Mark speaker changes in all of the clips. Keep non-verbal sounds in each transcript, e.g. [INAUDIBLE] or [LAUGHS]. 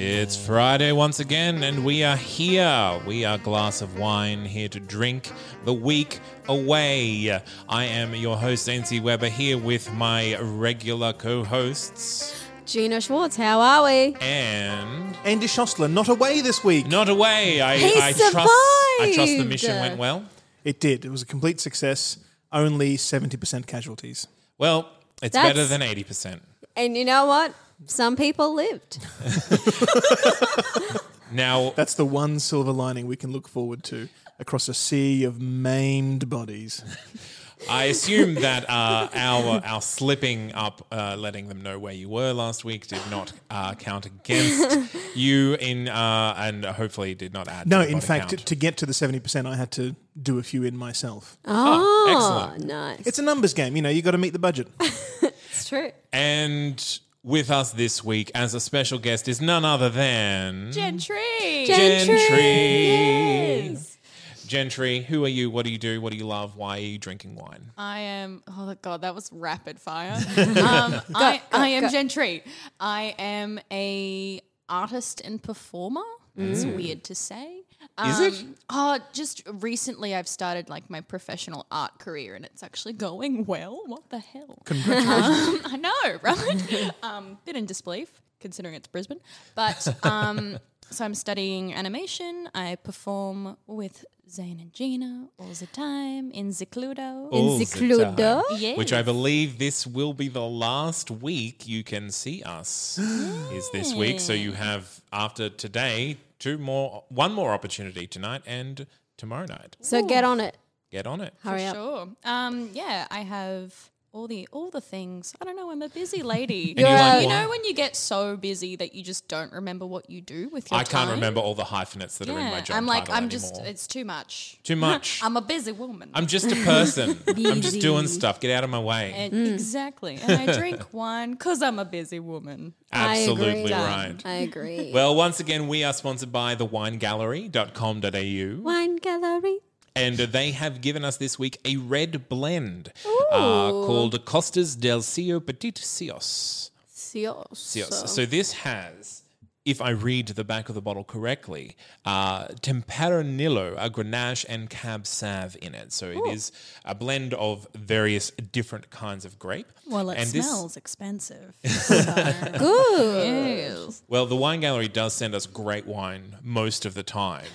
Speaker 1: It's Friday once again, and we are here. We are Glass of Wine, here to drink the week away. I am your host, Nancy Weber, here with my regular co hosts.
Speaker 2: Gina Schwartz, how are we?
Speaker 1: And
Speaker 3: Andy Schossler not away this week.
Speaker 1: not away. I, I trust. I trust the
Speaker 2: survived.
Speaker 1: mission went well.
Speaker 3: It did. It was a complete success. Only 70% casualties.
Speaker 1: Well, it's
Speaker 2: That's-
Speaker 1: better than eighty percent.
Speaker 2: And you know what? Some people lived.
Speaker 1: Now,
Speaker 3: That's the one silver lining we can look forward to across a sea of maimed bodies.
Speaker 1: I assume that uh, our our slipping up, uh, letting them know where you were last week, did not uh, count
Speaker 4: [LAUGHS]
Speaker 1: against you in, uh, and hopefully did not add.
Speaker 3: No,
Speaker 1: to the
Speaker 3: in
Speaker 1: body
Speaker 3: fact,
Speaker 1: count.
Speaker 3: to get to the 70%, I had to do a few in myself.
Speaker 2: Um,
Speaker 1: Ah,
Speaker 2: Oh,
Speaker 1: excellent.
Speaker 2: nice.
Speaker 3: It's a numbers game, you know, you got to meet
Speaker 2: [LAUGHS]
Speaker 3: the budget.
Speaker 2: It's true.
Speaker 1: And with us this week as a special guest is none other than
Speaker 4: Gentry.
Speaker 1: Gentry.
Speaker 2: Yes.
Speaker 1: Gentry. Who are you? What do you do? What do you love? Why are you drinking wine?
Speaker 4: I am. Oh God, that was rapid fire. um, I, I am Gentry. I am a artist and performer. It's weird to say. Um,
Speaker 1: Is it?
Speaker 4: Oh, just recently I've started like my professional art career, and it's actually going well. What the hell? Congratulations! I know, [LAUGHS] right? um, bit in disbelief considering it's Brisbane, but um, [LAUGHS] so I'm studying animation. I perform with Zayn and Gina all the time in Zicludo.
Speaker 1: All the
Speaker 2: Zicludo?
Speaker 1: time.
Speaker 4: Yes.
Speaker 1: uh, Which I believe this will be the last week you can see
Speaker 4: [GASPS]
Speaker 1: us. is this week? So you have after today two more, one more opportunity tonight and tomorrow night.
Speaker 2: So get on it.
Speaker 1: Get on it.
Speaker 2: Hurry up.
Speaker 4: Sure. Um, yeah, I have all the all the things. I don't know. I'm a
Speaker 1: [LAUGHS]
Speaker 4: busy lady.
Speaker 1: And you You're like a-
Speaker 4: you know when you get so busy that you just don't remember what you do with your
Speaker 1: I can't
Speaker 4: time?
Speaker 1: remember all the hyphenates that
Speaker 4: Yeah,
Speaker 1: are in my job.
Speaker 4: I'm like
Speaker 1: title
Speaker 4: I'm
Speaker 1: anymore.
Speaker 4: just. It's too much. [LAUGHS]
Speaker 1: Too much.
Speaker 4: I'm a busy woman.
Speaker 1: I'm just a
Speaker 4: [LAUGHS]
Speaker 1: person. I'm just doing stuff. Get out of my way.
Speaker 4: And-
Speaker 2: Mm.
Speaker 4: Exactly. And I
Speaker 1: [LAUGHS]
Speaker 4: drink wine because I'm a busy woman.
Speaker 1: Absolutely
Speaker 2: I agree.
Speaker 1: right.
Speaker 2: I
Speaker 1: [LAUGHS]
Speaker 2: agree.
Speaker 1: Well, once again, we are sponsored by thewinegallery.com.au.
Speaker 2: Wine gallery.
Speaker 1: And they have given us this week a red blend uh, called Costas del Cio Petit Cios. Cios. So. this has, if I read the back of the bottle correctly, uh, Temperanillo, a Grenache, and Cab Sav in it. So it is a blend of various different kinds of grape.
Speaker 4: Well, it
Speaker 1: And this- [LAUGHS]
Speaker 4: smells expensive.
Speaker 2: Good.
Speaker 4: Yes.
Speaker 1: Well, the wine gallery does send us great wine most of the
Speaker 4: [LAUGHS]
Speaker 1: time.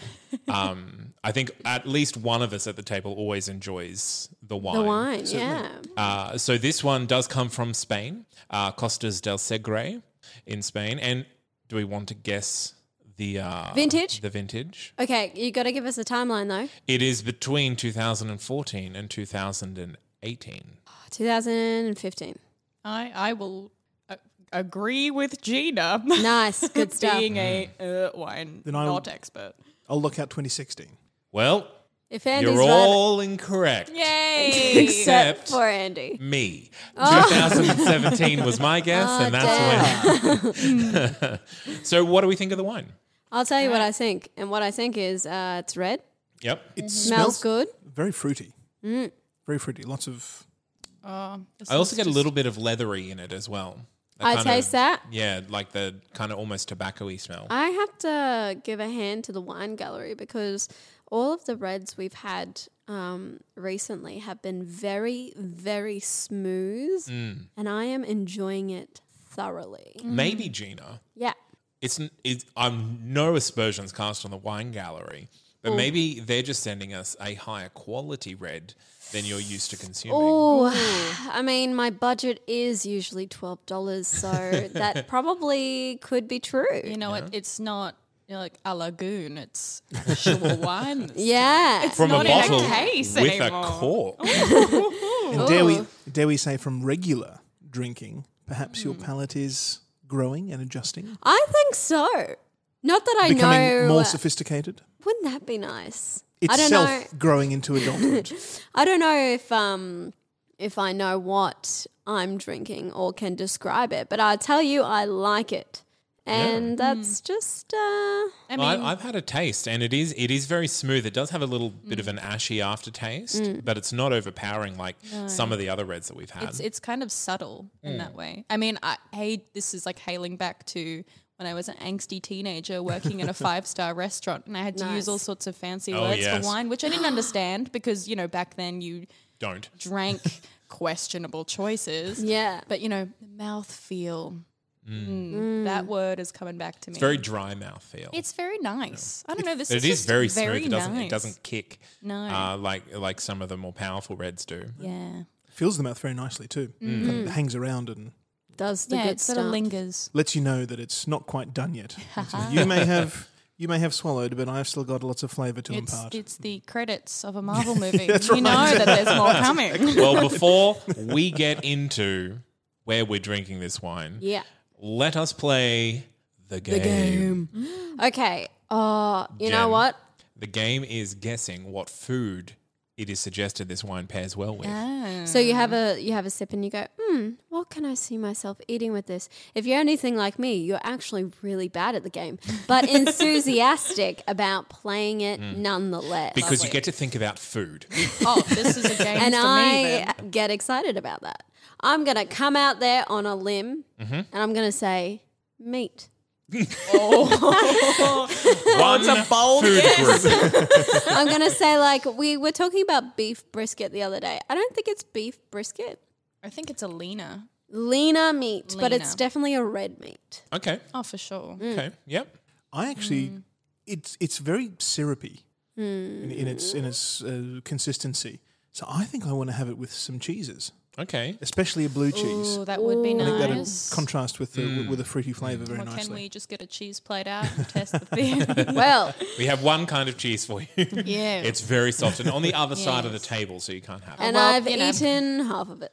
Speaker 1: Um, I think at least one of us at the table always enjoys the wine.
Speaker 2: The wine, yeah.
Speaker 1: Uh, so this one does come from Spain, uh, Costas del Segre in Spain. And do we want to guess the uh,
Speaker 2: Vintage?
Speaker 1: The vintage.
Speaker 2: Okay, you got to give us a timeline though.
Speaker 1: It is between 2014 and 2018.
Speaker 2: 2015.
Speaker 4: I I will uh, agree with Gina.
Speaker 2: Nice, good stuff.
Speaker 4: [LAUGHS] Being a uh,
Speaker 1: Mm.
Speaker 4: wine
Speaker 3: Then I will-
Speaker 4: not expert.
Speaker 3: I'll look out 2016.
Speaker 1: Well,
Speaker 2: If Andy's
Speaker 1: you're
Speaker 2: right,
Speaker 1: all incorrect.
Speaker 4: Yay!
Speaker 1: Except
Speaker 2: for Andy.
Speaker 1: me. 2017 was my guess, and that's when. [LAUGHS] so, what do we think of the wine?
Speaker 2: I'll tell you what I think, and what I think is uh, it's red,
Speaker 1: Yep.
Speaker 3: It
Speaker 2: smells good. Mm.
Speaker 3: Very fruity. Very fruity. Lots of.
Speaker 1: I also get a little bit of leathery in it as well. That
Speaker 2: I
Speaker 1: kind of-
Speaker 2: taste that.
Speaker 1: Yeah, like the kind of almost tobacco-y smell.
Speaker 4: Um,
Speaker 2: I have to give a hand to the wine gallery because all of the reds we've had um, recently have been very, very smooth,
Speaker 1: Mm.
Speaker 2: and I am enjoying it thoroughly.
Speaker 1: Maybe Gina.
Speaker 2: Yeah.
Speaker 1: It's, n- it's I'm no aspersions cast on the wine gallery, but maybe they're just sending us a higher quality red than you're used to consuming.
Speaker 2: Oh, I mean, my budget
Speaker 1: [LAUGHS]
Speaker 2: is usually twelve dollars, so that probably could be true.
Speaker 4: You know, it, it's not. You're like a lagoon. It's
Speaker 1: [LAUGHS]
Speaker 4: sure wine.
Speaker 2: Yeah.
Speaker 1: From
Speaker 4: not
Speaker 1: a
Speaker 4: in a
Speaker 1: bottle
Speaker 4: case
Speaker 1: with
Speaker 4: anymore.
Speaker 1: a cork.
Speaker 4: [LAUGHS]
Speaker 3: And dare we, dare we say from regular drinking, perhaps your
Speaker 2: Mm.
Speaker 3: palate is growing and adjusting,
Speaker 2: I think so. Not that I
Speaker 3: becoming
Speaker 2: know.
Speaker 3: more sophisticated,
Speaker 2: Wouldn't that be nice? I don't
Speaker 3: itself
Speaker 2: know.
Speaker 3: growing into adulthood.
Speaker 4: [LAUGHS]
Speaker 2: I don't know if um if I know what I'm drinking or can describe it, but I tell you, I like it, and that's just uh
Speaker 4: I mean,
Speaker 1: I I've had a taste, and it is it is very smooth. It does have a little
Speaker 4: Mm.
Speaker 1: bit of an ashy aftertaste, but it's not overpowering like some of the other reds that we've had.
Speaker 4: it's it's kind of subtle in
Speaker 1: Mm.
Speaker 4: that way. I mean, I hey, this is like hailing back to when I was an angsty teenager working
Speaker 1: [LAUGHS]
Speaker 4: in a five star restaurant, and I had to use all sorts of fancy
Speaker 1: Oh,
Speaker 4: words
Speaker 1: yes.
Speaker 4: for wine, which I
Speaker 2: [GASPS]
Speaker 4: didn't understand because you know back then you
Speaker 1: Don't.
Speaker 2: [LAUGHS]
Speaker 4: drank questionable choices.
Speaker 2: yeah.
Speaker 4: But you know, the mouth feel. Mm.
Speaker 2: Mm.
Speaker 4: That word is coming back to me.
Speaker 1: Mm. It's very dry mouth feel.
Speaker 4: It's very nice. I don't know. This
Speaker 1: it
Speaker 4: is,
Speaker 1: is
Speaker 4: just
Speaker 1: very smooth. it doesn't
Speaker 4: nice.
Speaker 1: it doesn't kick
Speaker 4: No.
Speaker 1: uh, like like some of the more powerful reds do.
Speaker 4: Yeah.
Speaker 3: Fills the mouth very nicely too.
Speaker 4: Mm.
Speaker 3: Kind of hangs around and
Speaker 2: does the
Speaker 4: Yeah.
Speaker 2: good
Speaker 4: It sort of
Speaker 2: stuff.
Speaker 4: lingers.
Speaker 3: lets you know that it's not quite done
Speaker 4: [LAUGHS]
Speaker 3: yet. you may have you may have swallowed, but I've still got lots of flavour to
Speaker 4: It's,
Speaker 3: impart.
Speaker 4: it's the
Speaker 3: [LAUGHS]
Speaker 4: credits of a Marvel movie. you know that there's more coming.
Speaker 1: Well, before we get into where we're drinking this wine,
Speaker 2: yeah.
Speaker 1: let us play the game.
Speaker 2: Okay. Oh, you know
Speaker 1: Jen.
Speaker 2: what?
Speaker 1: The game is guessing what food it is suggested this wine pairs well with.
Speaker 2: So you have a you have a sip and you go, hmm, what can I see myself eating with this? If you're anything like me, you're actually really bad at the game, but enthusiastic about playing it nonetheless.
Speaker 1: Because you get to think about food.
Speaker 4: Oh, this is a game
Speaker 2: and
Speaker 4: for me. Then.
Speaker 2: I get excited about that. I'm gonna come out there on a limb
Speaker 4: Mm-hmm.
Speaker 2: and I'm gonna say meat.
Speaker 1: One's a bold food group.
Speaker 2: I'm gonna say like we were talking about beef brisket the other day. I don't think it's beef brisket.
Speaker 4: I think it's Alina.
Speaker 2: Leaner meat, but it's
Speaker 4: Leaner.
Speaker 2: definitely a red meat.
Speaker 1: Okay.
Speaker 4: Oh, for sure.
Speaker 1: Okay. Yep.
Speaker 3: I actually,
Speaker 4: Mm.
Speaker 3: it's it's very syrupy in, in its
Speaker 4: Mm.
Speaker 3: in its uh, consistency. So I think I want to have it with some cheeses,
Speaker 1: Okay.
Speaker 3: especially a blue cheese.
Speaker 4: Ooh, that would be
Speaker 3: I think that'd
Speaker 4: nice.
Speaker 3: contrast with the, with a fruity flavour very
Speaker 4: Or can
Speaker 3: nicely.
Speaker 4: we just get a cheese plate out and test
Speaker 3: [LAUGHS]
Speaker 4: the thing? [LAUGHS]
Speaker 2: Well,
Speaker 1: We have one kind cheese for you.
Speaker 4: yeah.
Speaker 1: [LAUGHS] It's very soft and on the other side of the table, so you can't have it.
Speaker 2: and
Speaker 4: Well,
Speaker 2: I've
Speaker 4: you know.
Speaker 2: eaten half of it.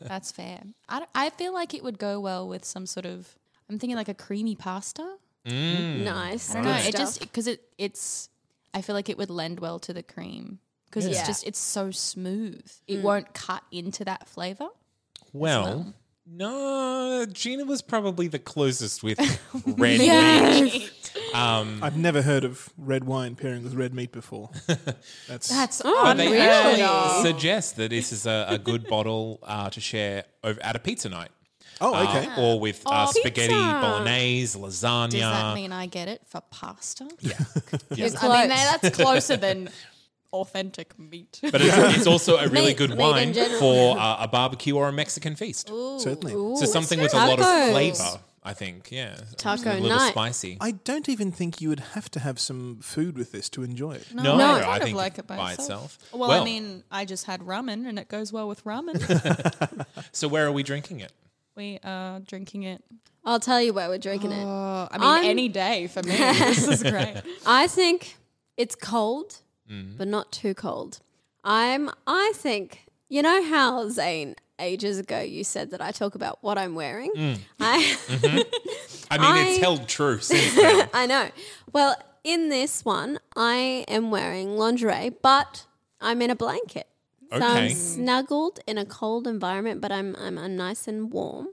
Speaker 4: That's fair. I, don't- I feel like it would go well with some sort of. I'm thinking like a creamy pasta.
Speaker 2: Nice.
Speaker 4: Hmm. I don't know.
Speaker 2: Good
Speaker 4: It
Speaker 2: stuff. [LAUGHS]
Speaker 4: just because it it's. I feel like it would lend well to the cream because
Speaker 2: Yeah.
Speaker 4: it's just it's so smooth. It won't cut into that flavor.
Speaker 1: Well, no, Gina was probably the closest with Um, red meat.
Speaker 3: I've never heard of red wine pairing with red meat before. That's,
Speaker 4: That's
Speaker 1: But Oh, they
Speaker 2: Really?
Speaker 1: actually suggest that this is a, a good bottle uh, to share over, at a pizza night.
Speaker 3: oh
Speaker 1: Uh,
Speaker 3: okay.
Speaker 4: Ah,
Speaker 1: Or with uh, spaghetti,
Speaker 2: pizza.
Speaker 1: bolognese, lasagna.
Speaker 4: Does that mean I get it for pasta? Yeah.
Speaker 2: You're
Speaker 4: I mean,
Speaker 2: close.
Speaker 4: that's closer than [LAUGHS] authentic meat. [LAUGHS]
Speaker 1: But it's, it's also a really
Speaker 2: Meat-
Speaker 1: good
Speaker 2: meat in
Speaker 1: wine
Speaker 2: general.
Speaker 1: for uh, a barbecue or a Mexican feast.
Speaker 3: Certainly.
Speaker 1: so something with a lot of
Speaker 2: Tacos.
Speaker 1: flavor, I think. Yeah,
Speaker 2: Taco
Speaker 1: a little
Speaker 2: night.
Speaker 1: spicy.
Speaker 3: I don't even think you would have to have some food with this to enjoy it.
Speaker 1: No, I,
Speaker 4: I kind of
Speaker 1: think
Speaker 4: like it by,
Speaker 1: itself.
Speaker 4: itself. Well, I mean, I just had ramen and it goes well
Speaker 1: [LAUGHS]
Speaker 4: with ramen.
Speaker 1: so where are we drinking it?
Speaker 4: we are drinking it.
Speaker 2: I'll tell you where we're drinking it.
Speaker 4: Oh, I mean,
Speaker 2: I'm-
Speaker 4: any day for [LAUGHS] me. this is great.
Speaker 2: I think it's cold, but not too cold. I'm. I think you know how Zane ages ago you said that I talk about what I'm wearing. I [LAUGHS]
Speaker 1: I mean, it's
Speaker 2: I-
Speaker 1: held true since
Speaker 2: [LAUGHS]
Speaker 1: then.
Speaker 2: I know. Well, in this one, I am wearing lingerie, but I'm in a blanket. So I'm
Speaker 1: Okay.
Speaker 2: snuggled in a cold environment, but I'm, I'm I'm nice and warm.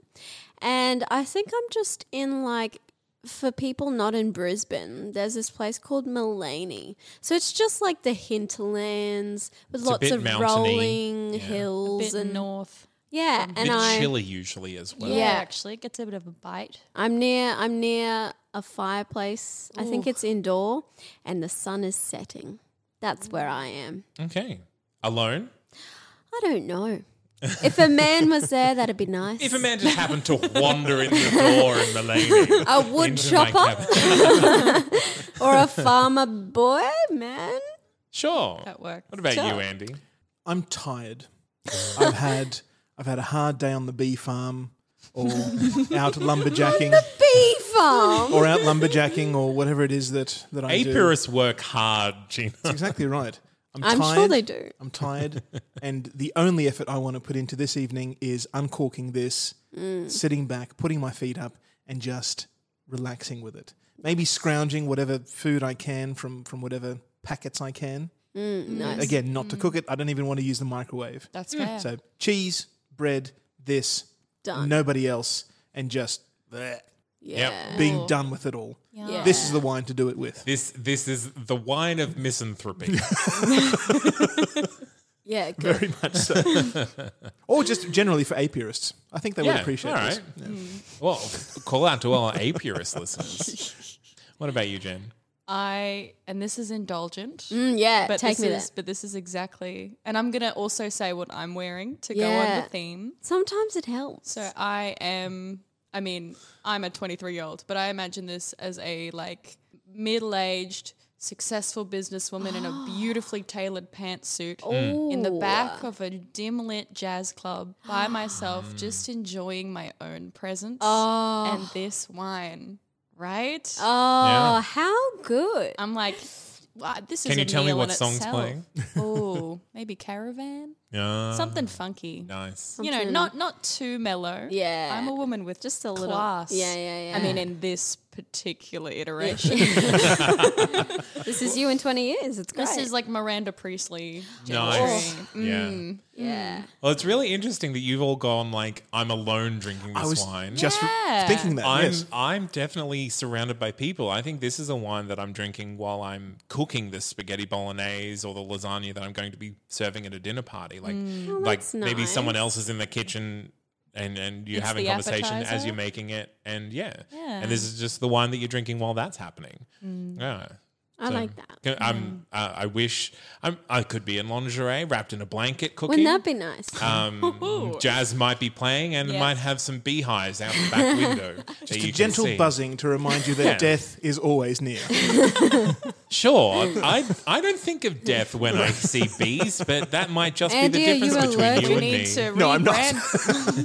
Speaker 2: And I think I'm just in like for people not in Brisbane, there's this place called Mullaney. So it's just like the hinterlands with
Speaker 1: a
Speaker 2: lots
Speaker 1: bit
Speaker 2: of
Speaker 1: mountainy.
Speaker 2: rolling
Speaker 1: Yeah.
Speaker 2: hills
Speaker 4: Bit
Speaker 2: and
Speaker 4: north.
Speaker 2: yeah,
Speaker 1: A
Speaker 2: and
Speaker 1: bit
Speaker 2: I
Speaker 1: chilly usually as well.
Speaker 4: Yeah,
Speaker 2: Yeah.
Speaker 4: actually, it gets a bit of a bite.
Speaker 2: I'm near I'm near a fireplace. I think it's indoor and the sun is setting. That's where I am.
Speaker 1: Okay, alone.
Speaker 2: I
Speaker 1: [LAUGHS]
Speaker 2: don't know. If a man was there, that'd be nice.
Speaker 1: If a man just happened to wander in the door in Mulaney,
Speaker 2: [LAUGHS] a wood
Speaker 1: into my
Speaker 2: chopper
Speaker 1: cabin.
Speaker 2: or a farmer boy, man.
Speaker 1: sure.
Speaker 4: That works.
Speaker 1: What about you,
Speaker 2: Sure.
Speaker 1: Andy?
Speaker 3: I'm tired. I've had I've had a hard day on the bee farm. or out lumberjacking
Speaker 2: Bee
Speaker 3: [LAUGHS]
Speaker 2: farm.
Speaker 3: or out lumberjacking or whatever it is that, that I do.
Speaker 1: Apiarists work hard, Gina.
Speaker 3: That's exactly right. I'm,
Speaker 2: I'm
Speaker 3: tired.
Speaker 2: sure they do.
Speaker 3: I'm tired. and the only effort I want to put into this evening is uncorking this,
Speaker 2: Mm.
Speaker 3: sitting back, putting my feet up, and just relaxing with it. Maybe scrounging whatever food I can from, from whatever packets I can.
Speaker 2: Mm, nice. Mm.
Speaker 3: Again, not to cook it. I don't even want to use the microwave.
Speaker 1: Mm,
Speaker 4: That's fair.
Speaker 3: So cheese, bread, this,
Speaker 2: Done.
Speaker 3: nobody else, and just bleh,
Speaker 2: Yeah.
Speaker 3: being done with it all.
Speaker 2: Yeah.
Speaker 3: This is the wine to do it with.
Speaker 1: This this is the wine of
Speaker 3: [LAUGHS]
Speaker 1: misanthropy.
Speaker 2: yeah. Good.
Speaker 3: Very much so. or just generally for apiarists. I think they would
Speaker 1: Yeah,
Speaker 3: appreciate
Speaker 1: all
Speaker 3: this.
Speaker 1: right. well, call out to all our apiarist listeners. What about you, Jen?
Speaker 4: I and this is indulgent.
Speaker 2: Mm, yeah.
Speaker 4: But
Speaker 2: take
Speaker 4: this
Speaker 2: me there.
Speaker 4: is, but this is exactly, and I'm gonna also say what I'm wearing to go on
Speaker 2: Yeah.
Speaker 4: the theme.
Speaker 2: Sometimes it helps.
Speaker 4: So I am, I mean, I'm a 23 year old, but I imagine this as a like middle aged, successful businesswoman
Speaker 2: [GASPS]
Speaker 4: in a beautifully tailored pantsuit in the back of a dim lit jazz club
Speaker 2: [GASPS]
Speaker 4: by myself, just enjoying my own presence and this wine, right?
Speaker 2: oh,
Speaker 1: Yeah.
Speaker 2: how good.
Speaker 4: I'm like, wow, this is
Speaker 1: Can you
Speaker 4: a
Speaker 1: tell me
Speaker 4: meal in
Speaker 1: what song's
Speaker 4: itself. [LAUGHS]
Speaker 1: playing?
Speaker 4: Oh, maybe Caravan?
Speaker 1: Yeah.
Speaker 4: Something funky.
Speaker 1: nice.
Speaker 4: You know, not not too mellow.
Speaker 2: Yeah.
Speaker 4: I'm a woman with just a little class.
Speaker 2: Yeah, yeah,
Speaker 4: I mean,
Speaker 2: yeah.
Speaker 4: in this particular iteration, [LAUGHS]
Speaker 2: this is you in 20 years. It's great.
Speaker 4: Uh, this is like Miranda Priestley.
Speaker 1: Nice.
Speaker 4: Oh.
Speaker 2: mm.
Speaker 1: Yeah.
Speaker 4: mm.
Speaker 2: yeah.
Speaker 1: Well, it's really interesting that you've all gone like I'm alone drinking this
Speaker 3: I was
Speaker 1: wine.
Speaker 3: just re-
Speaker 4: Yeah.
Speaker 3: thinking that.
Speaker 1: I'm
Speaker 3: yes.
Speaker 1: I'm definitely surrounded by people. I think this is a wine that I'm drinking while I'm cooking the spaghetti bolognese or the lasagna that I'm going to be serving at a dinner party. Like like
Speaker 2: Mm. Oh, that's
Speaker 1: maybe someone
Speaker 2: nice.
Speaker 1: else is in the kitchen and and you're
Speaker 4: It's
Speaker 1: having
Speaker 4: the
Speaker 1: conversation as
Speaker 4: appetizer.
Speaker 1: you're making it and yeah.
Speaker 4: Yeah.
Speaker 1: And this is just the wine that you're drinking while that's happening. Yeah.
Speaker 2: Mm. I like that.
Speaker 1: Can- I'm uh, I wish I'm I could be in lingerie wrapped in a blanket cooking.
Speaker 2: Wouldn't that be nice?
Speaker 1: um, jazz might be playing and it
Speaker 4: Yes.
Speaker 1: might have some beehives out the back
Speaker 4: [LAUGHS]
Speaker 1: window. Just
Speaker 3: It's a gentle buzzing to remind you that
Speaker 1: Yeah.
Speaker 3: death is always near.
Speaker 1: Sure,
Speaker 3: [LAUGHS]
Speaker 1: I I don't think of death when I see bees, but that might just be
Speaker 2: Andy, are
Speaker 1: the difference
Speaker 2: you
Speaker 1: between
Speaker 2: allergic?
Speaker 1: you
Speaker 4: You
Speaker 1: and me.
Speaker 4: need to
Speaker 3: No, I'm
Speaker 1: [LAUGHS]
Speaker 3: not.
Speaker 4: rebrand.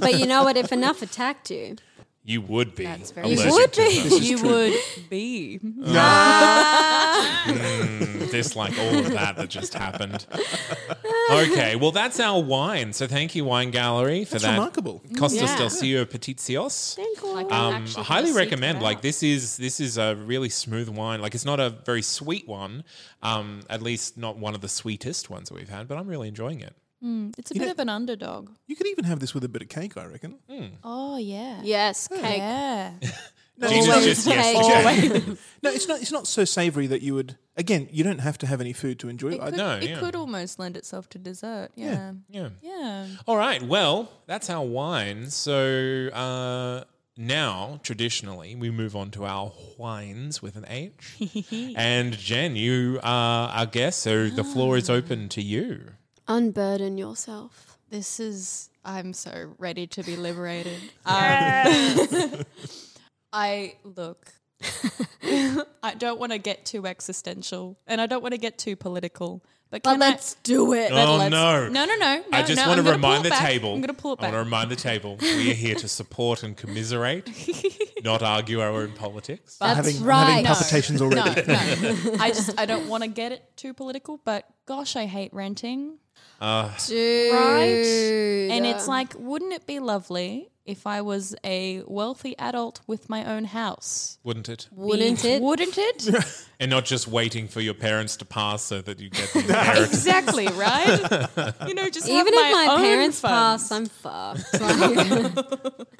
Speaker 2: [LAUGHS]
Speaker 4: [LAUGHS]
Speaker 2: but you know what? If enough attacked
Speaker 3: [LAUGHS]
Speaker 2: you,
Speaker 1: You would be.
Speaker 4: That's very
Speaker 2: you
Speaker 1: allergic
Speaker 2: would Ah.
Speaker 1: to
Speaker 2: be.
Speaker 4: you would be. [LAUGHS]
Speaker 1: dislike all of that that just happened. Okay, well that's our wine. So thank you, Wine Gallery, for
Speaker 3: That's
Speaker 1: that.
Speaker 3: remarkable.
Speaker 1: Costas
Speaker 2: Yeah.
Speaker 1: del Cio Petitios.
Speaker 4: Like, I'm
Speaker 1: Um,
Speaker 4: actually
Speaker 1: highly
Speaker 4: gonna seek
Speaker 1: recommend.
Speaker 4: that
Speaker 1: Like
Speaker 4: out.
Speaker 1: this is this is a really smooth wine. Like it's not a very sweet one, um, at least not one of the sweetest ones that we've had. But I'm really enjoying it.
Speaker 4: It's a bit of an underdog.
Speaker 3: You could even have this with a bit of cake, I reckon.
Speaker 4: Oh yeah.
Speaker 2: yes, cake.
Speaker 4: Yeah.
Speaker 3: No,
Speaker 1: Jesus,
Speaker 3: well,
Speaker 1: just yes,
Speaker 2: cake.
Speaker 1: okay.
Speaker 3: [LAUGHS] no, it's not. It's not so savoury that you would. Again, you don't have to have any food to enjoy.
Speaker 4: It
Speaker 3: it. I-
Speaker 4: could,
Speaker 1: No,
Speaker 4: it
Speaker 1: yeah.
Speaker 4: could almost lend itself to dessert. Yeah.
Speaker 1: Yeah.
Speaker 4: Yeah.
Speaker 1: All right. Well, that's our wine. So uh, now, traditionally, we move on to our wines with an
Speaker 4: [LAUGHS]
Speaker 1: H. and Jen, you uh, are our guest, so the floor is open to you.
Speaker 2: Unburden yourself.
Speaker 4: This is. I'm so ready to
Speaker 2: [LAUGHS]
Speaker 4: be liberated. Um, I
Speaker 2: [LAUGHS]
Speaker 4: look. I don't want to get too existential, and I don't want to get too political. But
Speaker 2: But
Speaker 4: can I-
Speaker 2: let's do it.
Speaker 4: but
Speaker 1: Oh,
Speaker 4: let's-
Speaker 1: no.
Speaker 4: No, no, no!
Speaker 1: I
Speaker 4: no,
Speaker 1: just
Speaker 4: no,
Speaker 1: want
Speaker 4: I'm
Speaker 1: to
Speaker 4: gonna
Speaker 1: remind
Speaker 4: pull
Speaker 1: the
Speaker 4: it back.
Speaker 1: table.
Speaker 4: I'm going to pull it
Speaker 1: I want to
Speaker 4: back.
Speaker 1: remind the
Speaker 4: [LAUGHS]
Speaker 1: table we are here to support and commiserate, not argue our own politics.
Speaker 3: I'm
Speaker 2: That's
Speaker 3: having, I'm
Speaker 2: right.
Speaker 3: having
Speaker 2: No.
Speaker 3: palpitations
Speaker 4: [LAUGHS]
Speaker 3: already.
Speaker 1: [LAUGHS]
Speaker 4: No, no. I just I don't want to get it too political. But gosh, I hate ranting.
Speaker 2: Dude.
Speaker 4: right? And it's like, wouldn't it be lovely if I was a wealthy adult with my own house?
Speaker 1: Wouldn't it?
Speaker 2: Wouldn't it?
Speaker 1: [LAUGHS]
Speaker 4: Wouldn't it?
Speaker 1: And not just waiting for your parents to pass so that you
Speaker 4: [LAUGHS]
Speaker 1: get the inheritance.
Speaker 4: exactly, right? You know, just have
Speaker 2: Even if my
Speaker 4: own
Speaker 2: parents
Speaker 4: funds.
Speaker 2: pass, I'm fucked.
Speaker 4: [LAUGHS]
Speaker 2: Like,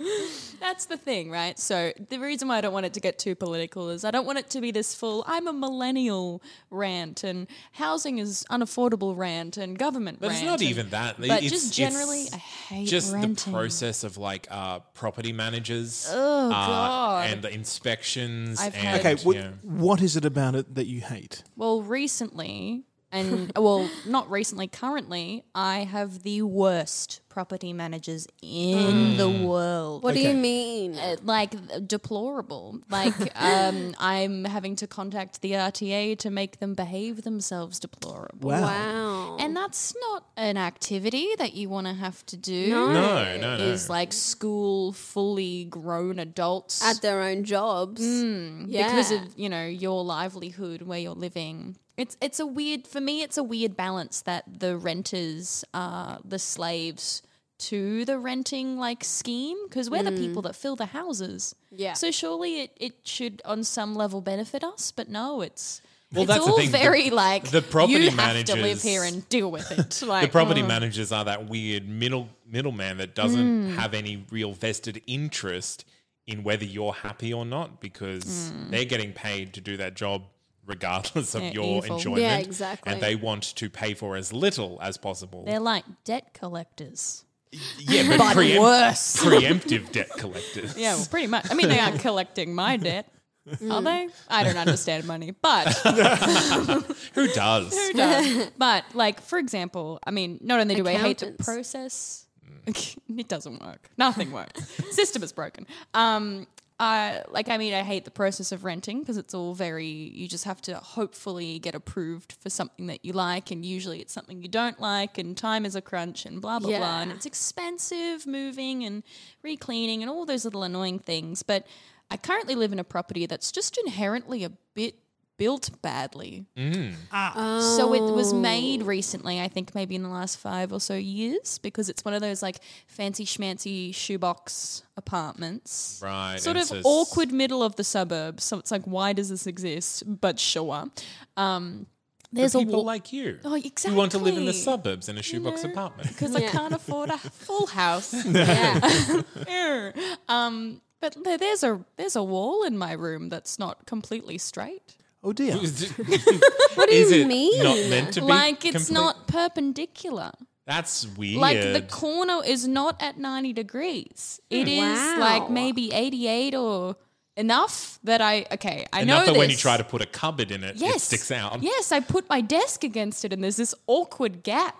Speaker 4: That's the thing, right? So the reason why I don't want it to get too political is I don't want it to be this full I'm a millennial rant and housing is unaffordable rant and government
Speaker 1: But
Speaker 4: rant.
Speaker 1: it's not
Speaker 4: and-
Speaker 1: even that.
Speaker 4: But
Speaker 1: It's-
Speaker 4: just
Speaker 1: it's
Speaker 4: generally, I hate
Speaker 1: just
Speaker 4: renting.
Speaker 1: the process of like uh, property managers, uh, and the inspections.
Speaker 4: Oh, I've
Speaker 1: and,
Speaker 3: Okay,
Speaker 4: had-
Speaker 3: what,
Speaker 1: yeah.
Speaker 3: what is it about it that you hate?
Speaker 4: Well, recently, and well, not recently, currently, I have the worst property managers in
Speaker 1: Mm.
Speaker 4: the world.
Speaker 2: What do you
Speaker 3: Okay.
Speaker 2: mean?
Speaker 4: Uh, like deplorable. Like um, I'm having to contact the RTA to make them behave themselves deplorable.
Speaker 3: Wow.
Speaker 2: Wow.
Speaker 4: And that's not an activity that you want to have to do.
Speaker 1: No, no, no.
Speaker 4: Is like school fully grown adults
Speaker 2: At their own jobs. yeah. [LAUGHS]
Speaker 4: because of you know your livelihood where you're living it's it's a weird for me it's a weird balance that the renters are the slaves to the renting like scheme because we're the people that fill the houses
Speaker 2: Yeah.
Speaker 4: so surely it, it should on some level benefit us but no it's
Speaker 1: Well,
Speaker 4: it's
Speaker 1: that's the
Speaker 4: all
Speaker 1: thing, the-
Speaker 4: very like
Speaker 1: the property
Speaker 4: you have to live
Speaker 1: managers-
Speaker 4: here and deal
Speaker 1: [LAUGHS]
Speaker 4: with it like mm.
Speaker 1: the property managers are that weird middle middleman that
Speaker 4: Mm.
Speaker 1: doesn't have any real vested interest in whether you're happy or not because they're getting paid to do that job regardless of
Speaker 4: Mm. They're
Speaker 1: your
Speaker 4: evil.
Speaker 1: enjoyment
Speaker 2: Yeah, exactly.
Speaker 1: and they want to pay for as little as possible
Speaker 4: they're like debt collectors
Speaker 1: yeah but, preempt-
Speaker 4: worse.
Speaker 1: [LAUGHS] preemptive debt collectors
Speaker 4: Yeah, well, pretty much. I mean, they are collecting my debt, are they? I don't understand money, but
Speaker 1: who does
Speaker 4: but like for example, I mean, not only do I hate the
Speaker 2: Accountants.
Speaker 4: process, [LAUGHS] it doesn't work. Nothing works. [LAUGHS] System is broken. Um, I like I mean, I hate the process of renting because it's all very. You just have to hopefully get approved for something that you like, and usually it's something you don't like, and time is a crunch, and blah blah blah, and
Speaker 2: Yeah.
Speaker 4: it's expensive moving and recleaning and all those little annoying things. But I currently live in a property that's just inherently a bit built badly so it was made
Speaker 1: Oh.
Speaker 4: recently, I think maybe in the last five or so years, because it's one of those like fancy schmancy shoebox apartments.
Speaker 1: Right,
Speaker 4: Sort
Speaker 1: and
Speaker 4: of
Speaker 1: so it's-
Speaker 4: awkward middle of the suburbs. So it's like, why does this exist? But sure. Um, there's a
Speaker 1: people
Speaker 4: wall
Speaker 1: like you
Speaker 4: Oh,
Speaker 1: you want to live in the
Speaker 4: exactly.
Speaker 1: suburbs in a shoebox
Speaker 4: [LAUGHS]
Speaker 1: apartment [LAUGHS]
Speaker 4: because I can't afford a full house.
Speaker 2: yeah.
Speaker 4: Err. um, but there- there's a there's a wall in my room that's not completely straight.
Speaker 3: Oh dear.
Speaker 1: what
Speaker 2: do
Speaker 1: is
Speaker 2: you
Speaker 1: it
Speaker 2: mean?
Speaker 1: not meant to be
Speaker 4: Like it's
Speaker 1: complete-
Speaker 4: not perpendicular.
Speaker 1: that's weird
Speaker 4: Like the corner is not at 90 degrees. It is
Speaker 2: Hmm, Wow.
Speaker 4: like maybe 88 or enough that I okay, I know
Speaker 1: enough that
Speaker 4: this.
Speaker 1: when you try to put a cupboard in it, it sticks out.
Speaker 4: Yes, I put my desk against it and there's this
Speaker 1: [LAUGHS]
Speaker 4: awkward gap.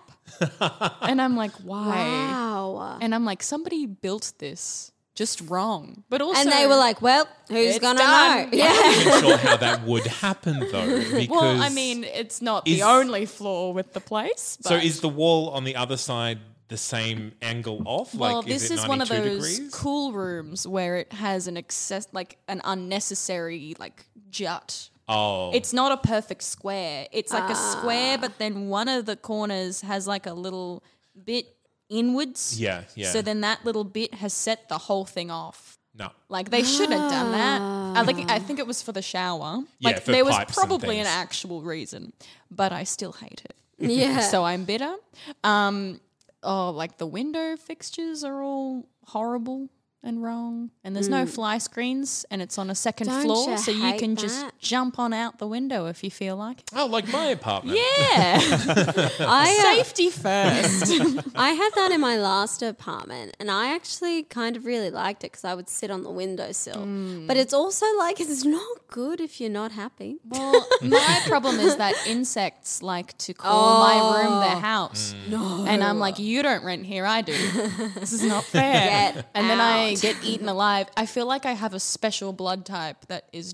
Speaker 4: and I'm like, why?
Speaker 2: Wow.
Speaker 4: And I'm like, somebody built this just wrong. But also
Speaker 2: And they were like, well, who's
Speaker 4: It's
Speaker 2: going to know? [LAUGHS]
Speaker 4: done.
Speaker 2: Yeah.
Speaker 1: I'm not sure how that would happen though. Because
Speaker 4: [LAUGHS] Well, I mean, it's not
Speaker 1: Is-
Speaker 4: the only flaw with the place. But
Speaker 1: so is the wall on the other side the same angle off?
Speaker 4: Well,
Speaker 1: like,
Speaker 4: this
Speaker 1: is,
Speaker 4: is,
Speaker 1: it
Speaker 4: one of
Speaker 1: 92
Speaker 4: those
Speaker 1: degrees?
Speaker 4: cool rooms where it has an excess, like an unnecessary, like jut.
Speaker 1: Oh,
Speaker 4: It's not a perfect square. It's like a square, but then one of the corners has like a little bit inwards.
Speaker 1: Yeah, yeah.
Speaker 4: So then that little bit has set the whole thing off.
Speaker 1: no.
Speaker 4: Like they should have done that. I think I think it was for the shower.
Speaker 1: Yeah,
Speaker 4: like
Speaker 1: for
Speaker 4: there was
Speaker 1: pipes and
Speaker 4: probably an
Speaker 1: things.
Speaker 4: actual reason, but I still hate it.
Speaker 2: [LAUGHS] Yeah.
Speaker 3: [LAUGHS]
Speaker 4: So I'm bitter. Um, oh, like the window fixtures are all horrible and wrong, and there's no fly screens, and it's on a 2nd
Speaker 2: Mm. Don't
Speaker 4: floor,
Speaker 2: you
Speaker 4: so you
Speaker 2: hate
Speaker 4: can just
Speaker 2: that?
Speaker 4: jump on out the window if you feel like it.
Speaker 2: [LAUGHS]
Speaker 1: Oh, like my apartment.
Speaker 4: Yeah,
Speaker 2: I,
Speaker 4: [LAUGHS] safety first.
Speaker 2: uh, I had that in my last apartment and I actually kind of really liked it because I would sit on the windowsill. But it's also like, it's not good if you're not happy.
Speaker 4: well,
Speaker 2: [LAUGHS]
Speaker 4: my problem is that insects like to call my room
Speaker 2: Oh.
Speaker 4: their house,
Speaker 2: Mm.
Speaker 4: no. and I'm like, you don't rent here, I do. This is
Speaker 2: [LAUGHS]
Speaker 4: not fair.
Speaker 2: Get
Speaker 4: and then I
Speaker 2: out.
Speaker 4: get eaten alive. I feel like I have a special blood type that is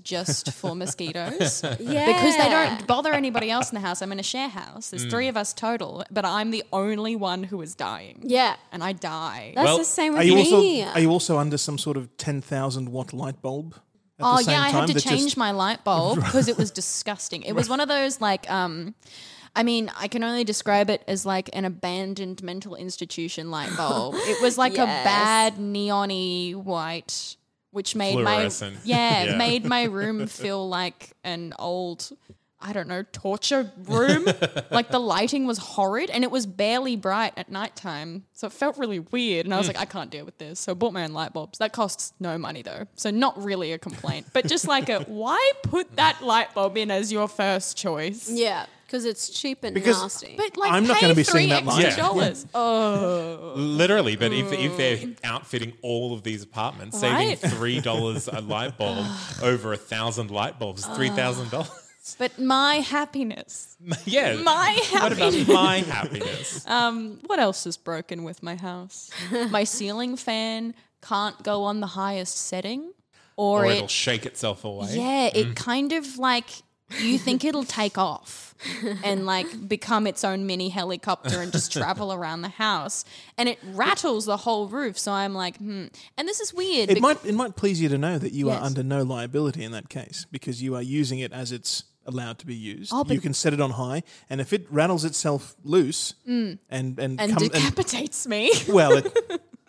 Speaker 2: [LAUGHS]
Speaker 4: just for mosquitoes.
Speaker 2: Yeah. Mm.
Speaker 4: because they don't bother anybody else in the house. I'm in a share house. There's three of us total, but I'm the only one who is dying.
Speaker 2: Yeah.
Speaker 4: And I die.
Speaker 2: That's
Speaker 1: Well,
Speaker 2: the same
Speaker 3: Are
Speaker 2: with
Speaker 3: you also
Speaker 2: me.
Speaker 3: are you also under some sort of ten thousand watt light bulb? At
Speaker 4: oh,
Speaker 3: the same
Speaker 4: yeah, I
Speaker 3: time
Speaker 4: had to
Speaker 3: that
Speaker 4: change
Speaker 3: just-
Speaker 4: my
Speaker 3: [LAUGHS]
Speaker 4: light bulb because it was disgusting. It was one of those like um I mean, I can only describe it as like an abandoned mental institution light bulb. It was like a
Speaker 2: Yes.
Speaker 4: bad neony white which made my
Speaker 1: Fluorescent.
Speaker 3: [LAUGHS]
Speaker 4: yeah,
Speaker 1: Yeah.
Speaker 4: made my room feel like an old I don't know, torture room. like the lighting was horrid and it was barely bright at nighttime. So it felt really weird. And I was like, I can't deal with this. So I bought my own light bulbs. That costs no money though. So not really a complaint, but just like a why put that light bulb in as your first choice?
Speaker 2: Yeah. Because it's cheap and
Speaker 3: Because-
Speaker 2: nasty.
Speaker 4: But like
Speaker 3: I'm not
Speaker 4: pay
Speaker 3: gonna be
Speaker 4: three
Speaker 3: seeing that
Speaker 4: extra
Speaker 1: light. Yeah.
Speaker 4: dollars. Oh
Speaker 1: Literally, but if, if they're outfitting all of these apartments,
Speaker 4: Mm. Right? [LAUGHS]
Speaker 1: saving three dollars [LAUGHS] a light bulb over a thousand light bulbs, three thousand dollars.
Speaker 4: But my happiness.
Speaker 1: yeah.
Speaker 4: My
Speaker 1: what about
Speaker 4: happiness.
Speaker 1: my happiness?
Speaker 4: Um, what else is broken with
Speaker 2: [LAUGHS]
Speaker 4: my house? my ceiling fan can't go on the highest setting, or,
Speaker 1: or
Speaker 4: it
Speaker 1: it'll shake Mm. itself away.
Speaker 4: yeah, it kind of like you think it'll take off and like become its own mini helicopter and
Speaker 1: [LAUGHS]
Speaker 4: just travel around the house, and it rattles the whole roof. So I'm like, hmm. And this is weird.
Speaker 3: It
Speaker 4: bec-
Speaker 3: might it might please you to know that you
Speaker 4: Yes.
Speaker 3: are under no liability in that case because you are using it as it's allowed to be used.
Speaker 4: Oh, but-
Speaker 3: you can set it on high, and if it rattles itself loose and and,
Speaker 4: Mm. and
Speaker 3: come-
Speaker 1: [LAUGHS]
Speaker 4: decapitates me.
Speaker 3: well, it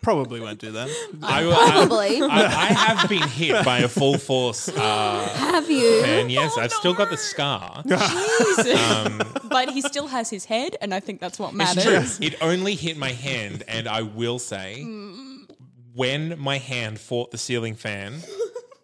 Speaker 3: probably won't do
Speaker 4: [LAUGHS]
Speaker 3: that.
Speaker 1: I, will- I-
Speaker 2: Probably.
Speaker 1: I, I have been hit by a full force uh,
Speaker 2: [LAUGHS] Have you?
Speaker 1: fan.
Speaker 4: [LAUGHS]
Speaker 1: Yes,
Speaker 4: Oh,
Speaker 1: I've still got the scar.
Speaker 4: but he still has his head, and I think that's what matters.
Speaker 1: Um, It's true. It only hit my hand, and I will say, when my hand fought the ceiling fan,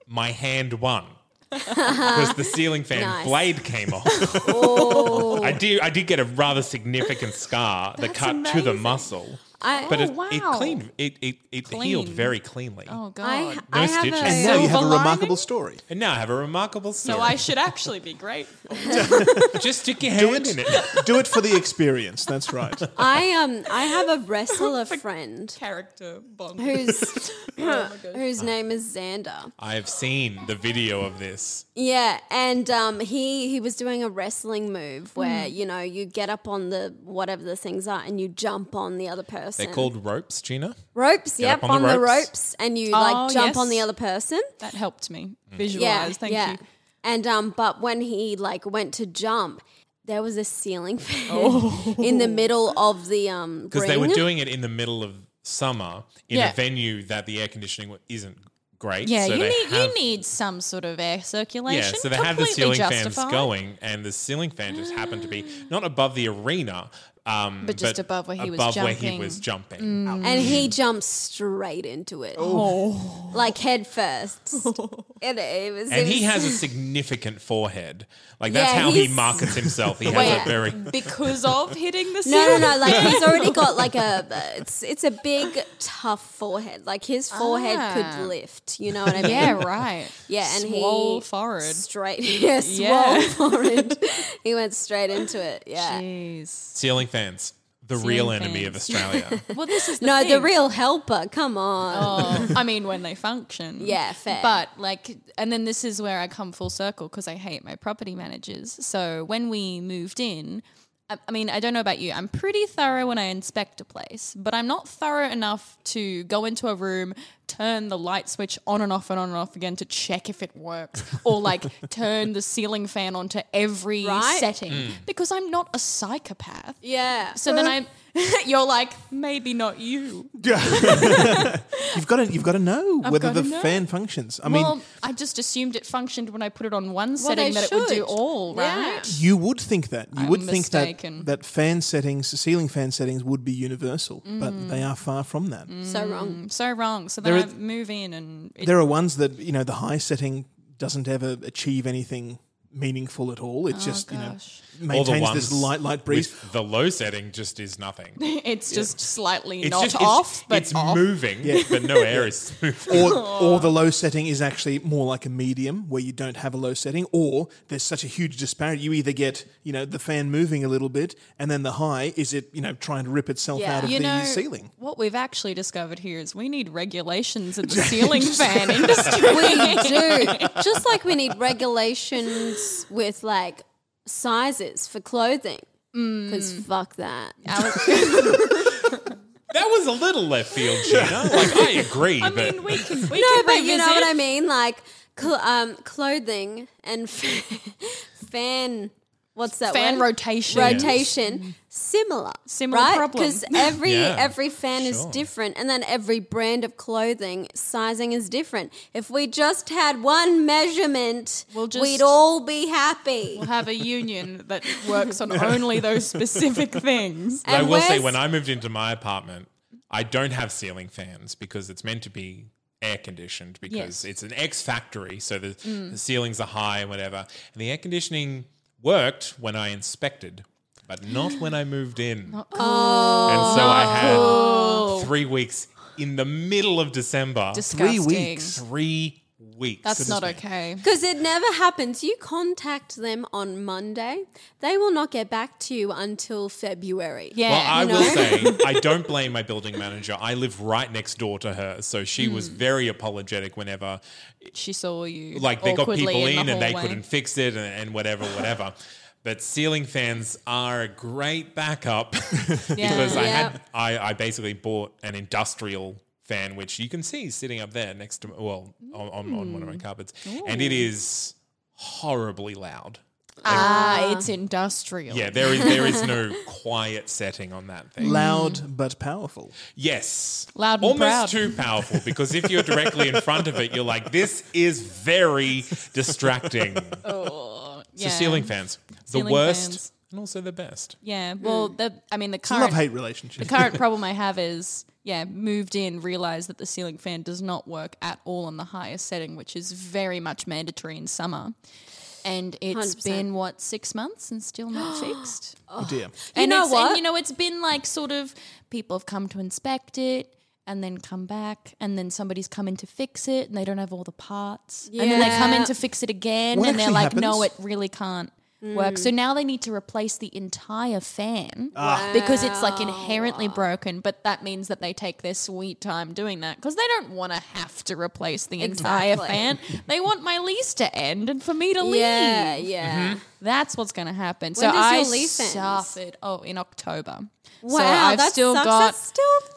Speaker 1: my hand won. Because the ceiling fan
Speaker 2: Nice.
Speaker 1: blade came off.
Speaker 4: Oh.
Speaker 1: I did. I did get a rather significant scar that cut to the muscle,
Speaker 2: I-
Speaker 1: but
Speaker 4: Oh,
Speaker 1: it, it
Speaker 4: wow.
Speaker 1: cleaned. It it, it healed
Speaker 4: Clean.
Speaker 1: very cleanly.
Speaker 4: Oh
Speaker 2: I,
Speaker 4: god.
Speaker 2: I have
Speaker 1: stitches.
Speaker 2: a-
Speaker 3: And now you have a
Speaker 4: Silver
Speaker 3: remarkable
Speaker 4: lining?
Speaker 3: story.
Speaker 1: And now I have a remarkable story.
Speaker 4: so I should actually be grateful.
Speaker 1: just
Speaker 4: [LAUGHS]
Speaker 1: stick your hand in it.
Speaker 3: [LAUGHS] Do it for the experience. That's right.
Speaker 2: I um I have a
Speaker 4: [LAUGHS]
Speaker 2: wrestler friend [LAUGHS]
Speaker 4: Character bond. [LAUGHS]
Speaker 2: who's
Speaker 4: Oh
Speaker 2: [LAUGHS] whose name is Xander.
Speaker 1: I've seen the video of this.
Speaker 2: Yeah, and um, he he was doing a wrestling move where
Speaker 4: Hmm.
Speaker 2: you know you get up on the whatever the things are and you jump on the other person.
Speaker 1: They're called ropes, Gina.
Speaker 2: ropes.
Speaker 1: Get
Speaker 2: Yep,
Speaker 1: up on
Speaker 2: on,
Speaker 1: the
Speaker 2: the,
Speaker 1: ropes.
Speaker 2: ropes. and you like
Speaker 4: Oh,
Speaker 2: jump on
Speaker 4: yes.
Speaker 2: the other person.
Speaker 4: That helped me
Speaker 1: Mm.
Speaker 4: visualize.
Speaker 2: Yeah,
Speaker 4: Thank
Speaker 2: yeah.
Speaker 4: you.
Speaker 2: And um, but when he like went to jump, there was a ceiling [LAUGHS] fan
Speaker 4: Oh.
Speaker 2: in the middle of the
Speaker 1: [LAUGHS]
Speaker 2: um
Speaker 1: because they were
Speaker 2: ring.
Speaker 1: doing it in the middle of summer in
Speaker 4: Yeah.
Speaker 1: a venue that the air conditioning wa- isn't great.
Speaker 4: Yeah,
Speaker 1: so
Speaker 4: you
Speaker 1: they
Speaker 4: need
Speaker 1: have-
Speaker 4: you need some sort of air circulation.
Speaker 1: Yeah, so they had the
Speaker 4: Completely
Speaker 1: ceiling fans
Speaker 4: justified, Ah.
Speaker 1: going, and the ceiling fan just happened to be not above the arena, um,
Speaker 4: But just above where he was
Speaker 1: above where he
Speaker 4: jumping. Mm,
Speaker 1: was jumping.
Speaker 2: and he jumped straight into it,
Speaker 4: Oh.
Speaker 2: Oh. like head first.
Speaker 4: [LAUGHS]
Speaker 2: and it was,
Speaker 1: And
Speaker 2: it
Speaker 1: he
Speaker 2: was-
Speaker 1: has a significant forehead. Like that's
Speaker 2: Yeah,
Speaker 1: how he
Speaker 2: he's-
Speaker 1: markets himself.
Speaker 4: [LAUGHS]
Speaker 1: He has
Speaker 2: Wait.
Speaker 1: a very
Speaker 4: because of hitting the
Speaker 2: [LAUGHS] No,
Speaker 4: ceiling.
Speaker 2: no, no. Like
Speaker 1: [LAUGHS]
Speaker 2: he's already got like a it's it's a big tough forehead. Like his forehead
Speaker 4: Ah.
Speaker 2: could lift. You know what I mean?
Speaker 4: Yeah, right.
Speaker 2: Yeah, and
Speaker 4: Swole
Speaker 2: he
Speaker 4: forward.
Speaker 2: straight. [LAUGHS] Yeah, swole
Speaker 4: Yeah.
Speaker 2: forward. he went straight into it. Yeah.
Speaker 4: Jeez.
Speaker 1: ceiling fans, the real enemy of
Speaker 4: fans.
Speaker 1: Australia.
Speaker 4: [LAUGHS] Well, this is the
Speaker 2: No, the
Speaker 4: thing.
Speaker 2: real helper. Come on.
Speaker 4: Oh, I mean, when they function.
Speaker 2: [LAUGHS] Yeah, fair.
Speaker 4: But like, and then this is where I come full circle because I hate my property managers. So when we moved in, I, I mean, I don't know about you. I'm pretty thorough when I inspect a place, but I'm not thorough enough to go into a room, turn the light switch on and off and on and off again to check if it works, or
Speaker 2: [LAUGHS]
Speaker 4: like turn the ceiling fan onto every
Speaker 2: Right?
Speaker 4: setting because I'm not a psychopath.
Speaker 2: Yeah.
Speaker 4: So then I'm. [LAUGHS] You're like, maybe not you.
Speaker 3: You've got to you've got to know whether
Speaker 4: gotta
Speaker 3: the
Speaker 4: know.
Speaker 3: fan functions. I
Speaker 4: well,
Speaker 3: mean,
Speaker 4: I just assumed it functioned when I put it on one
Speaker 2: they
Speaker 4: setting that it would do
Speaker 2: should.
Speaker 4: all,
Speaker 2: Yeah.
Speaker 4: right?
Speaker 3: you would think that you would
Speaker 4: I'm mistaken.
Speaker 3: think that that fan settings, ceiling fan settings, would be universal,
Speaker 4: Mm.
Speaker 3: but they are far from that.
Speaker 2: so wrong.
Speaker 4: So wrong. So then
Speaker 3: There
Speaker 4: I
Speaker 3: are-
Speaker 4: move in and it,
Speaker 3: There are ones that you know the high setting doesn't ever achieve anything meaningful at all. It just
Speaker 4: Oh, gosh.
Speaker 3: you know
Speaker 1: All the
Speaker 3: maintains
Speaker 1: ones
Speaker 3: this light light breeze.
Speaker 1: with the low setting just is nothing.
Speaker 4: [LAUGHS] [LAUGHS] it's just slightly
Speaker 1: It's
Speaker 4: not
Speaker 1: just it's-
Speaker 4: off, but
Speaker 1: it's
Speaker 4: off.
Speaker 1: moving, but no air
Speaker 3: [LAUGHS]
Speaker 1: is moving. [LAUGHS]
Speaker 3: Or, or the low setting is actually more like a medium where you don't have a low setting, or there's such a huge disparity. You either get, you know, the fan moving a little bit, and then the high is it, you know, trying to rip itself
Speaker 2: Yeah.
Speaker 3: out of
Speaker 4: You
Speaker 3: the
Speaker 4: know,
Speaker 3: ceiling.
Speaker 4: what we've actually discovered here is we need
Speaker 3: [LAUGHS]
Speaker 4: regulations in the ceiling fan industry.
Speaker 2: [LAUGHS] We do. Just like we need regulations with like sizes for clothing. Because
Speaker 4: Mm.
Speaker 2: fuck that.
Speaker 1: That was a little left field, Gina. Like I agree,
Speaker 4: [LAUGHS] I
Speaker 1: but
Speaker 4: mean, we can, we
Speaker 2: No,
Speaker 4: can
Speaker 2: but you know
Speaker 4: revisit.
Speaker 2: what I mean? Like cl- um, clothing and [LAUGHS] f- fan. What's that?
Speaker 4: Fan
Speaker 2: word?
Speaker 4: rotation.
Speaker 2: Rotation. Similar.
Speaker 4: Similar
Speaker 2: right?
Speaker 4: problem.
Speaker 2: Because every
Speaker 1: Yeah,
Speaker 2: every fan is
Speaker 1: sure.
Speaker 2: different, and then every brand of clothing sizing is different. If we just had one measurement,
Speaker 4: We'll just-
Speaker 2: we'd all be happy.
Speaker 4: We'll [LAUGHS] have a union
Speaker 2: [LAUGHS]
Speaker 4: that works on only those
Speaker 3: [LAUGHS]
Speaker 4: specific things.
Speaker 1: I
Speaker 2: And
Speaker 1: will say
Speaker 2: where's-
Speaker 1: when I moved into my apartment, I don't have ceiling fans because it's meant to be air conditioned because
Speaker 4: Yes. Mm.
Speaker 1: it's an X factory, so the, the ceilings are high and whatever. And the air conditioning worked when I inspected, but not when I moved in.
Speaker 4: [GASPS]
Speaker 1: and so
Speaker 3: Oh,
Speaker 2: Oh,
Speaker 1: I had three weeks in the middle of December.
Speaker 4: Disgusting.
Speaker 3: weeks.
Speaker 1: Three weeks.
Speaker 4: That's not okay.
Speaker 2: Because it never happens. You contact them on Monday, they will not get back to you until February.
Speaker 4: Yeah.
Speaker 1: Well, I
Speaker 4: you [LAUGHS]
Speaker 1: will
Speaker 4: know?
Speaker 1: say I don't blame my building manager. I live right next door to her, so she was very apologetic whenever,
Speaker 4: she saw you.
Speaker 1: like they got
Speaker 4: awkwardly
Speaker 1: people in,
Speaker 4: the
Speaker 1: and they
Speaker 4: hallway.
Speaker 1: couldn't [LAUGHS] fix it and, and whatever, whatever. But ceiling fans are a great backup [LAUGHS] because I
Speaker 2: Yeah.
Speaker 1: had I, I basically bought an industrial fan, which you can see sitting up there next to well on, on, on one of my carpets, and it is horribly loud.
Speaker 4: Ah, it's industrial.
Speaker 1: Yeah, there is there is no quiet setting on that thing.
Speaker 3: Loud but powerful.
Speaker 1: Yes.
Speaker 4: Loud and
Speaker 1: Almost
Speaker 4: proud.
Speaker 1: too powerful because if you're directly in front of it, you're like, this is very
Speaker 4: [LAUGHS]
Speaker 1: distracting.
Speaker 4: Oh, yeah.
Speaker 1: So ceiling fans. The
Speaker 4: Ceiling
Speaker 1: worst
Speaker 4: fans.
Speaker 1: and also the best.
Speaker 4: Yeah. Well, the I mean
Speaker 3: Hmm.
Speaker 4: the
Speaker 3: It's a
Speaker 4: current
Speaker 3: love hate
Speaker 4: the
Speaker 3: relationship.
Speaker 4: current problem I have is yeah, moved in, realized that the ceiling fan does not work at all on the highest setting, which is very much mandatory in summer. And it's
Speaker 2: 100%.
Speaker 4: been what six months and still not
Speaker 3: [GASPS]
Speaker 4: fixed.
Speaker 3: [LAUGHS] Oh dear.
Speaker 4: and
Speaker 2: know
Speaker 4: it's, and
Speaker 2: what?
Speaker 4: you know, it's been like sort of people have come to inspect it and then come back and then somebody's come in to fix it and they don't have all the parts. And then they come in
Speaker 2: Yeah.
Speaker 4: to fix it again
Speaker 3: What
Speaker 4: and they're
Speaker 3: actually
Speaker 4: like, no, it
Speaker 3: happens-
Speaker 4: really can't
Speaker 2: Mm.
Speaker 4: work. So now they need to replace the entire fan
Speaker 3: Ah.
Speaker 4: because it's like inherently broken. But that means that they take their sweet time doing that because they don't want to have to replace the entire
Speaker 2: Exactly.
Speaker 4: fan. they want my lease to end and for me to leave.
Speaker 2: Yeah, yeah.
Speaker 4: That's what's going to happen. so
Speaker 2: does your
Speaker 4: I
Speaker 2: lease end?
Speaker 4: suffered. Oh, in October.
Speaker 2: Wow,
Speaker 4: so I've
Speaker 2: that
Speaker 4: still
Speaker 2: sucks.
Speaker 4: got.
Speaker 2: That's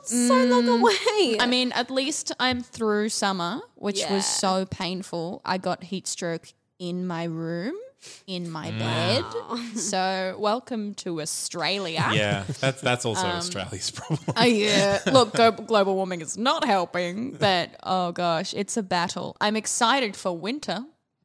Speaker 2: still so long away.
Speaker 4: I mean, at least I'm through summer, which
Speaker 2: Yeah.
Speaker 4: was so painful. I got heat stroke in my room, in my bed. So welcome to Australia.
Speaker 1: [LAUGHS] Yeah, that's that's also
Speaker 4: Um,
Speaker 1: Australia's problem.
Speaker 4: Oh, yeah. Look, glo- global warming is not helping, but oh gosh, it's a battle. I'm excited for winter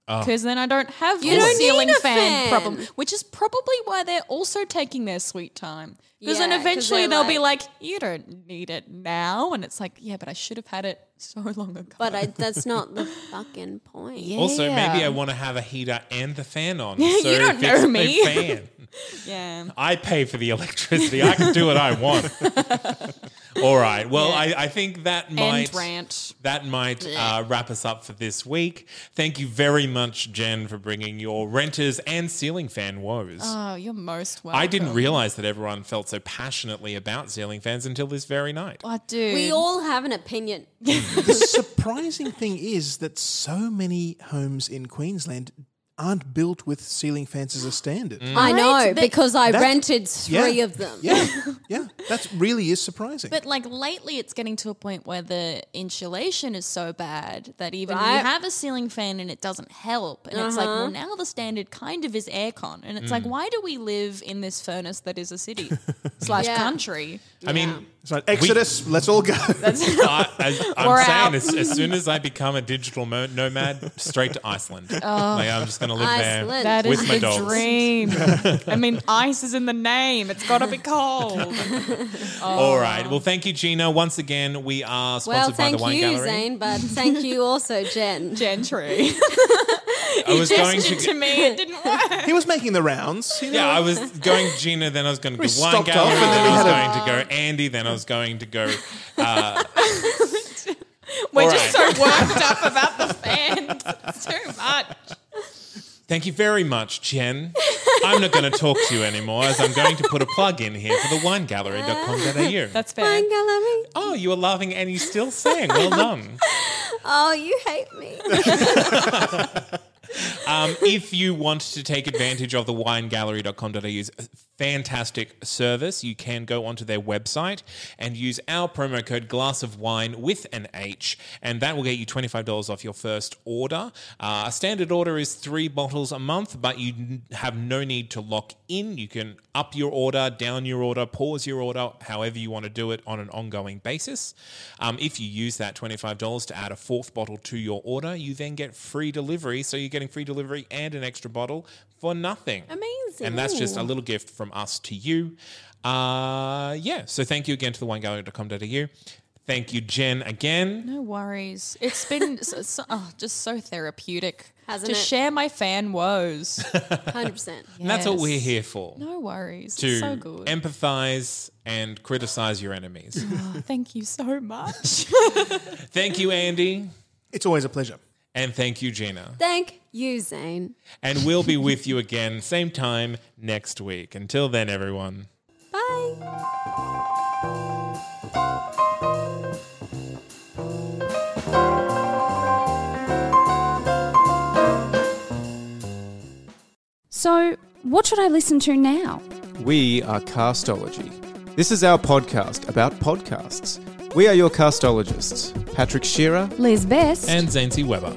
Speaker 1: Ah.
Speaker 4: because then I don't have
Speaker 2: You
Speaker 4: a
Speaker 2: don't need
Speaker 4: ceiling
Speaker 2: a
Speaker 4: fan,
Speaker 2: fan.
Speaker 4: problem, which is probably why they're also taking their sweet time. Because
Speaker 2: Yeah,
Speaker 4: then
Speaker 2: 'cause
Speaker 4: eventually
Speaker 2: they're
Speaker 4: they'll be like, you don't need it now. And it's like, yeah, but I should have had it so [LAUGHS] long ago.
Speaker 2: but I, that's not the fucking point. Yeah.
Speaker 1: Also, maybe
Speaker 4: yeah.
Speaker 1: I want to have a heater and the fan on.
Speaker 4: Yeah,
Speaker 1: so
Speaker 4: [LAUGHS] you don't
Speaker 1: fix the
Speaker 4: know me.
Speaker 1: fan.
Speaker 4: yeah.
Speaker 1: I pay for the electricity. I can do what I
Speaker 4: [LAUGHS]
Speaker 1: want. All right. Well, I, I think that might
Speaker 4: End rant.
Speaker 1: that might uh, wrap us up for this week. Thank you very much, Jen, for bringing your renters and ceiling fan woes.
Speaker 4: Oh, you're most welcome.
Speaker 1: I didn't realize that everyone felt so passionately about ceiling fans until this very night.
Speaker 4: Oh, dude.
Speaker 2: We all have an opinion.
Speaker 3: the surprising thing is that so many homes in Queensland aren't built with ceiling fans as a standard.
Speaker 2: I know
Speaker 4: They-
Speaker 2: because I
Speaker 3: That's-
Speaker 2: rented three
Speaker 3: Yeah.
Speaker 2: of them.
Speaker 3: Yeah,
Speaker 2: [LAUGHS]
Speaker 3: yeah, that really is surprising.
Speaker 4: But like lately, it's getting to a point where the insulation is so bad that even you
Speaker 2: Right.
Speaker 4: have a ceiling fan and it doesn't help. And it's like, well, now the standard kind of is aircon, and it's like,
Speaker 1: Mm.
Speaker 4: why do we live in this furnace that is a city
Speaker 1: [LAUGHS]
Speaker 4: slash
Speaker 2: Yeah.
Speaker 4: country?
Speaker 1: I mean,
Speaker 3: it's like Exodus, let's all go.
Speaker 1: [LAUGHS] I,
Speaker 2: [LAUGHS]
Speaker 1: as, I'm
Speaker 4: We're
Speaker 1: saying
Speaker 4: out.
Speaker 1: as, as soon as I become a digital mo- nomad, straight to Iceland.
Speaker 2: [LAUGHS]
Speaker 1: Like I'm just going to live there
Speaker 2: Oh, Iceland.
Speaker 4: That is
Speaker 1: with my dogs. [LAUGHS]
Speaker 4: dream. I mean, ice is in the name. It's got to be cold.
Speaker 1: All right. Well, thank you, Gina. Once again, we are sponsored
Speaker 2: Oh. Well,
Speaker 1: by
Speaker 2: thank
Speaker 1: the Wine
Speaker 2: you,
Speaker 1: Gallery.
Speaker 2: Zane, but thank you also, [LAUGHS] Jen.
Speaker 4: Gentry.
Speaker 1: I
Speaker 2: [LAUGHS]
Speaker 1: was going
Speaker 4: Gestured to
Speaker 1: to.
Speaker 4: me. It didn't
Speaker 3: [LAUGHS]
Speaker 4: work.
Speaker 3: he was making the rounds. You know?
Speaker 1: Yeah, I was
Speaker 3: [LAUGHS]
Speaker 1: going Gina, then I was going to
Speaker 3: We
Speaker 1: go Wine
Speaker 3: stopped
Speaker 1: Gallery,
Speaker 3: off and
Speaker 1: then I was going
Speaker 3: then
Speaker 1: to go Andy, then I was going to go. Uh,
Speaker 4: We're
Speaker 1: All
Speaker 4: just so worked up about the fans. It's too much.
Speaker 1: thank you very much, Jen. I'm not going to talk to you anymore, as I'm going to put a plug in here for the
Speaker 3: [LAUGHS]
Speaker 1: winegallery.com.au.
Speaker 4: That's fair.
Speaker 2: Fine, Gallery.
Speaker 1: Oh, you were laughing and you still sang.
Speaker 3: [LAUGHS]
Speaker 1: Well done.
Speaker 2: Oh, you hate [LAUGHS] me.
Speaker 1: Um, if you want to take advantage of the winegallery.com.au's fantastic service, you can go onto their website and use our promo code glass of wine with an H, and that will get you $25 off your first order. Uh, a standard order is three bottles a month, but you n- have no need to lock in. You can up your order, down your order, pause your order, however you want to do it on an ongoing basis. Um, if you use that $25 to add a fourth bottle to your order, you then get free delivery. So you're getting free delivery and an extra bottle for nothing.
Speaker 2: Amazing.
Speaker 1: And that's just a little gift from us to you. Uh, yeah. So thank you again to thewinegallery.com.au. Thank you, Jen, again.
Speaker 4: No worries. It's been [LAUGHS] so, so, oh, just so therapeutic
Speaker 2: Hasn't
Speaker 4: to
Speaker 2: it?
Speaker 4: share my fan woes.
Speaker 2: 100%.
Speaker 1: And that's all we're
Speaker 4: Yes.
Speaker 1: here for.
Speaker 4: No worries.
Speaker 1: To
Speaker 4: It's so good.
Speaker 1: empathize and criticize your
Speaker 4: [LAUGHS]
Speaker 1: enemies.
Speaker 4: Oh, thank you so much.
Speaker 1: Thank you, Andy.
Speaker 3: It's always a pleasure.
Speaker 1: And thank you, Gina.
Speaker 2: Thank you, Zane.
Speaker 1: And we'll be with you again, same time next week. Until then, everyone.
Speaker 2: Bye.
Speaker 5: So, what should I listen to now?
Speaker 6: We are Castology. This is our podcast about podcasts. We are your castologists, Patrick Shearer.
Speaker 5: Liz Best.
Speaker 1: And Zancy Weber.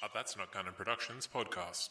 Speaker 7: Uh, That's Not Canon Productions podcast.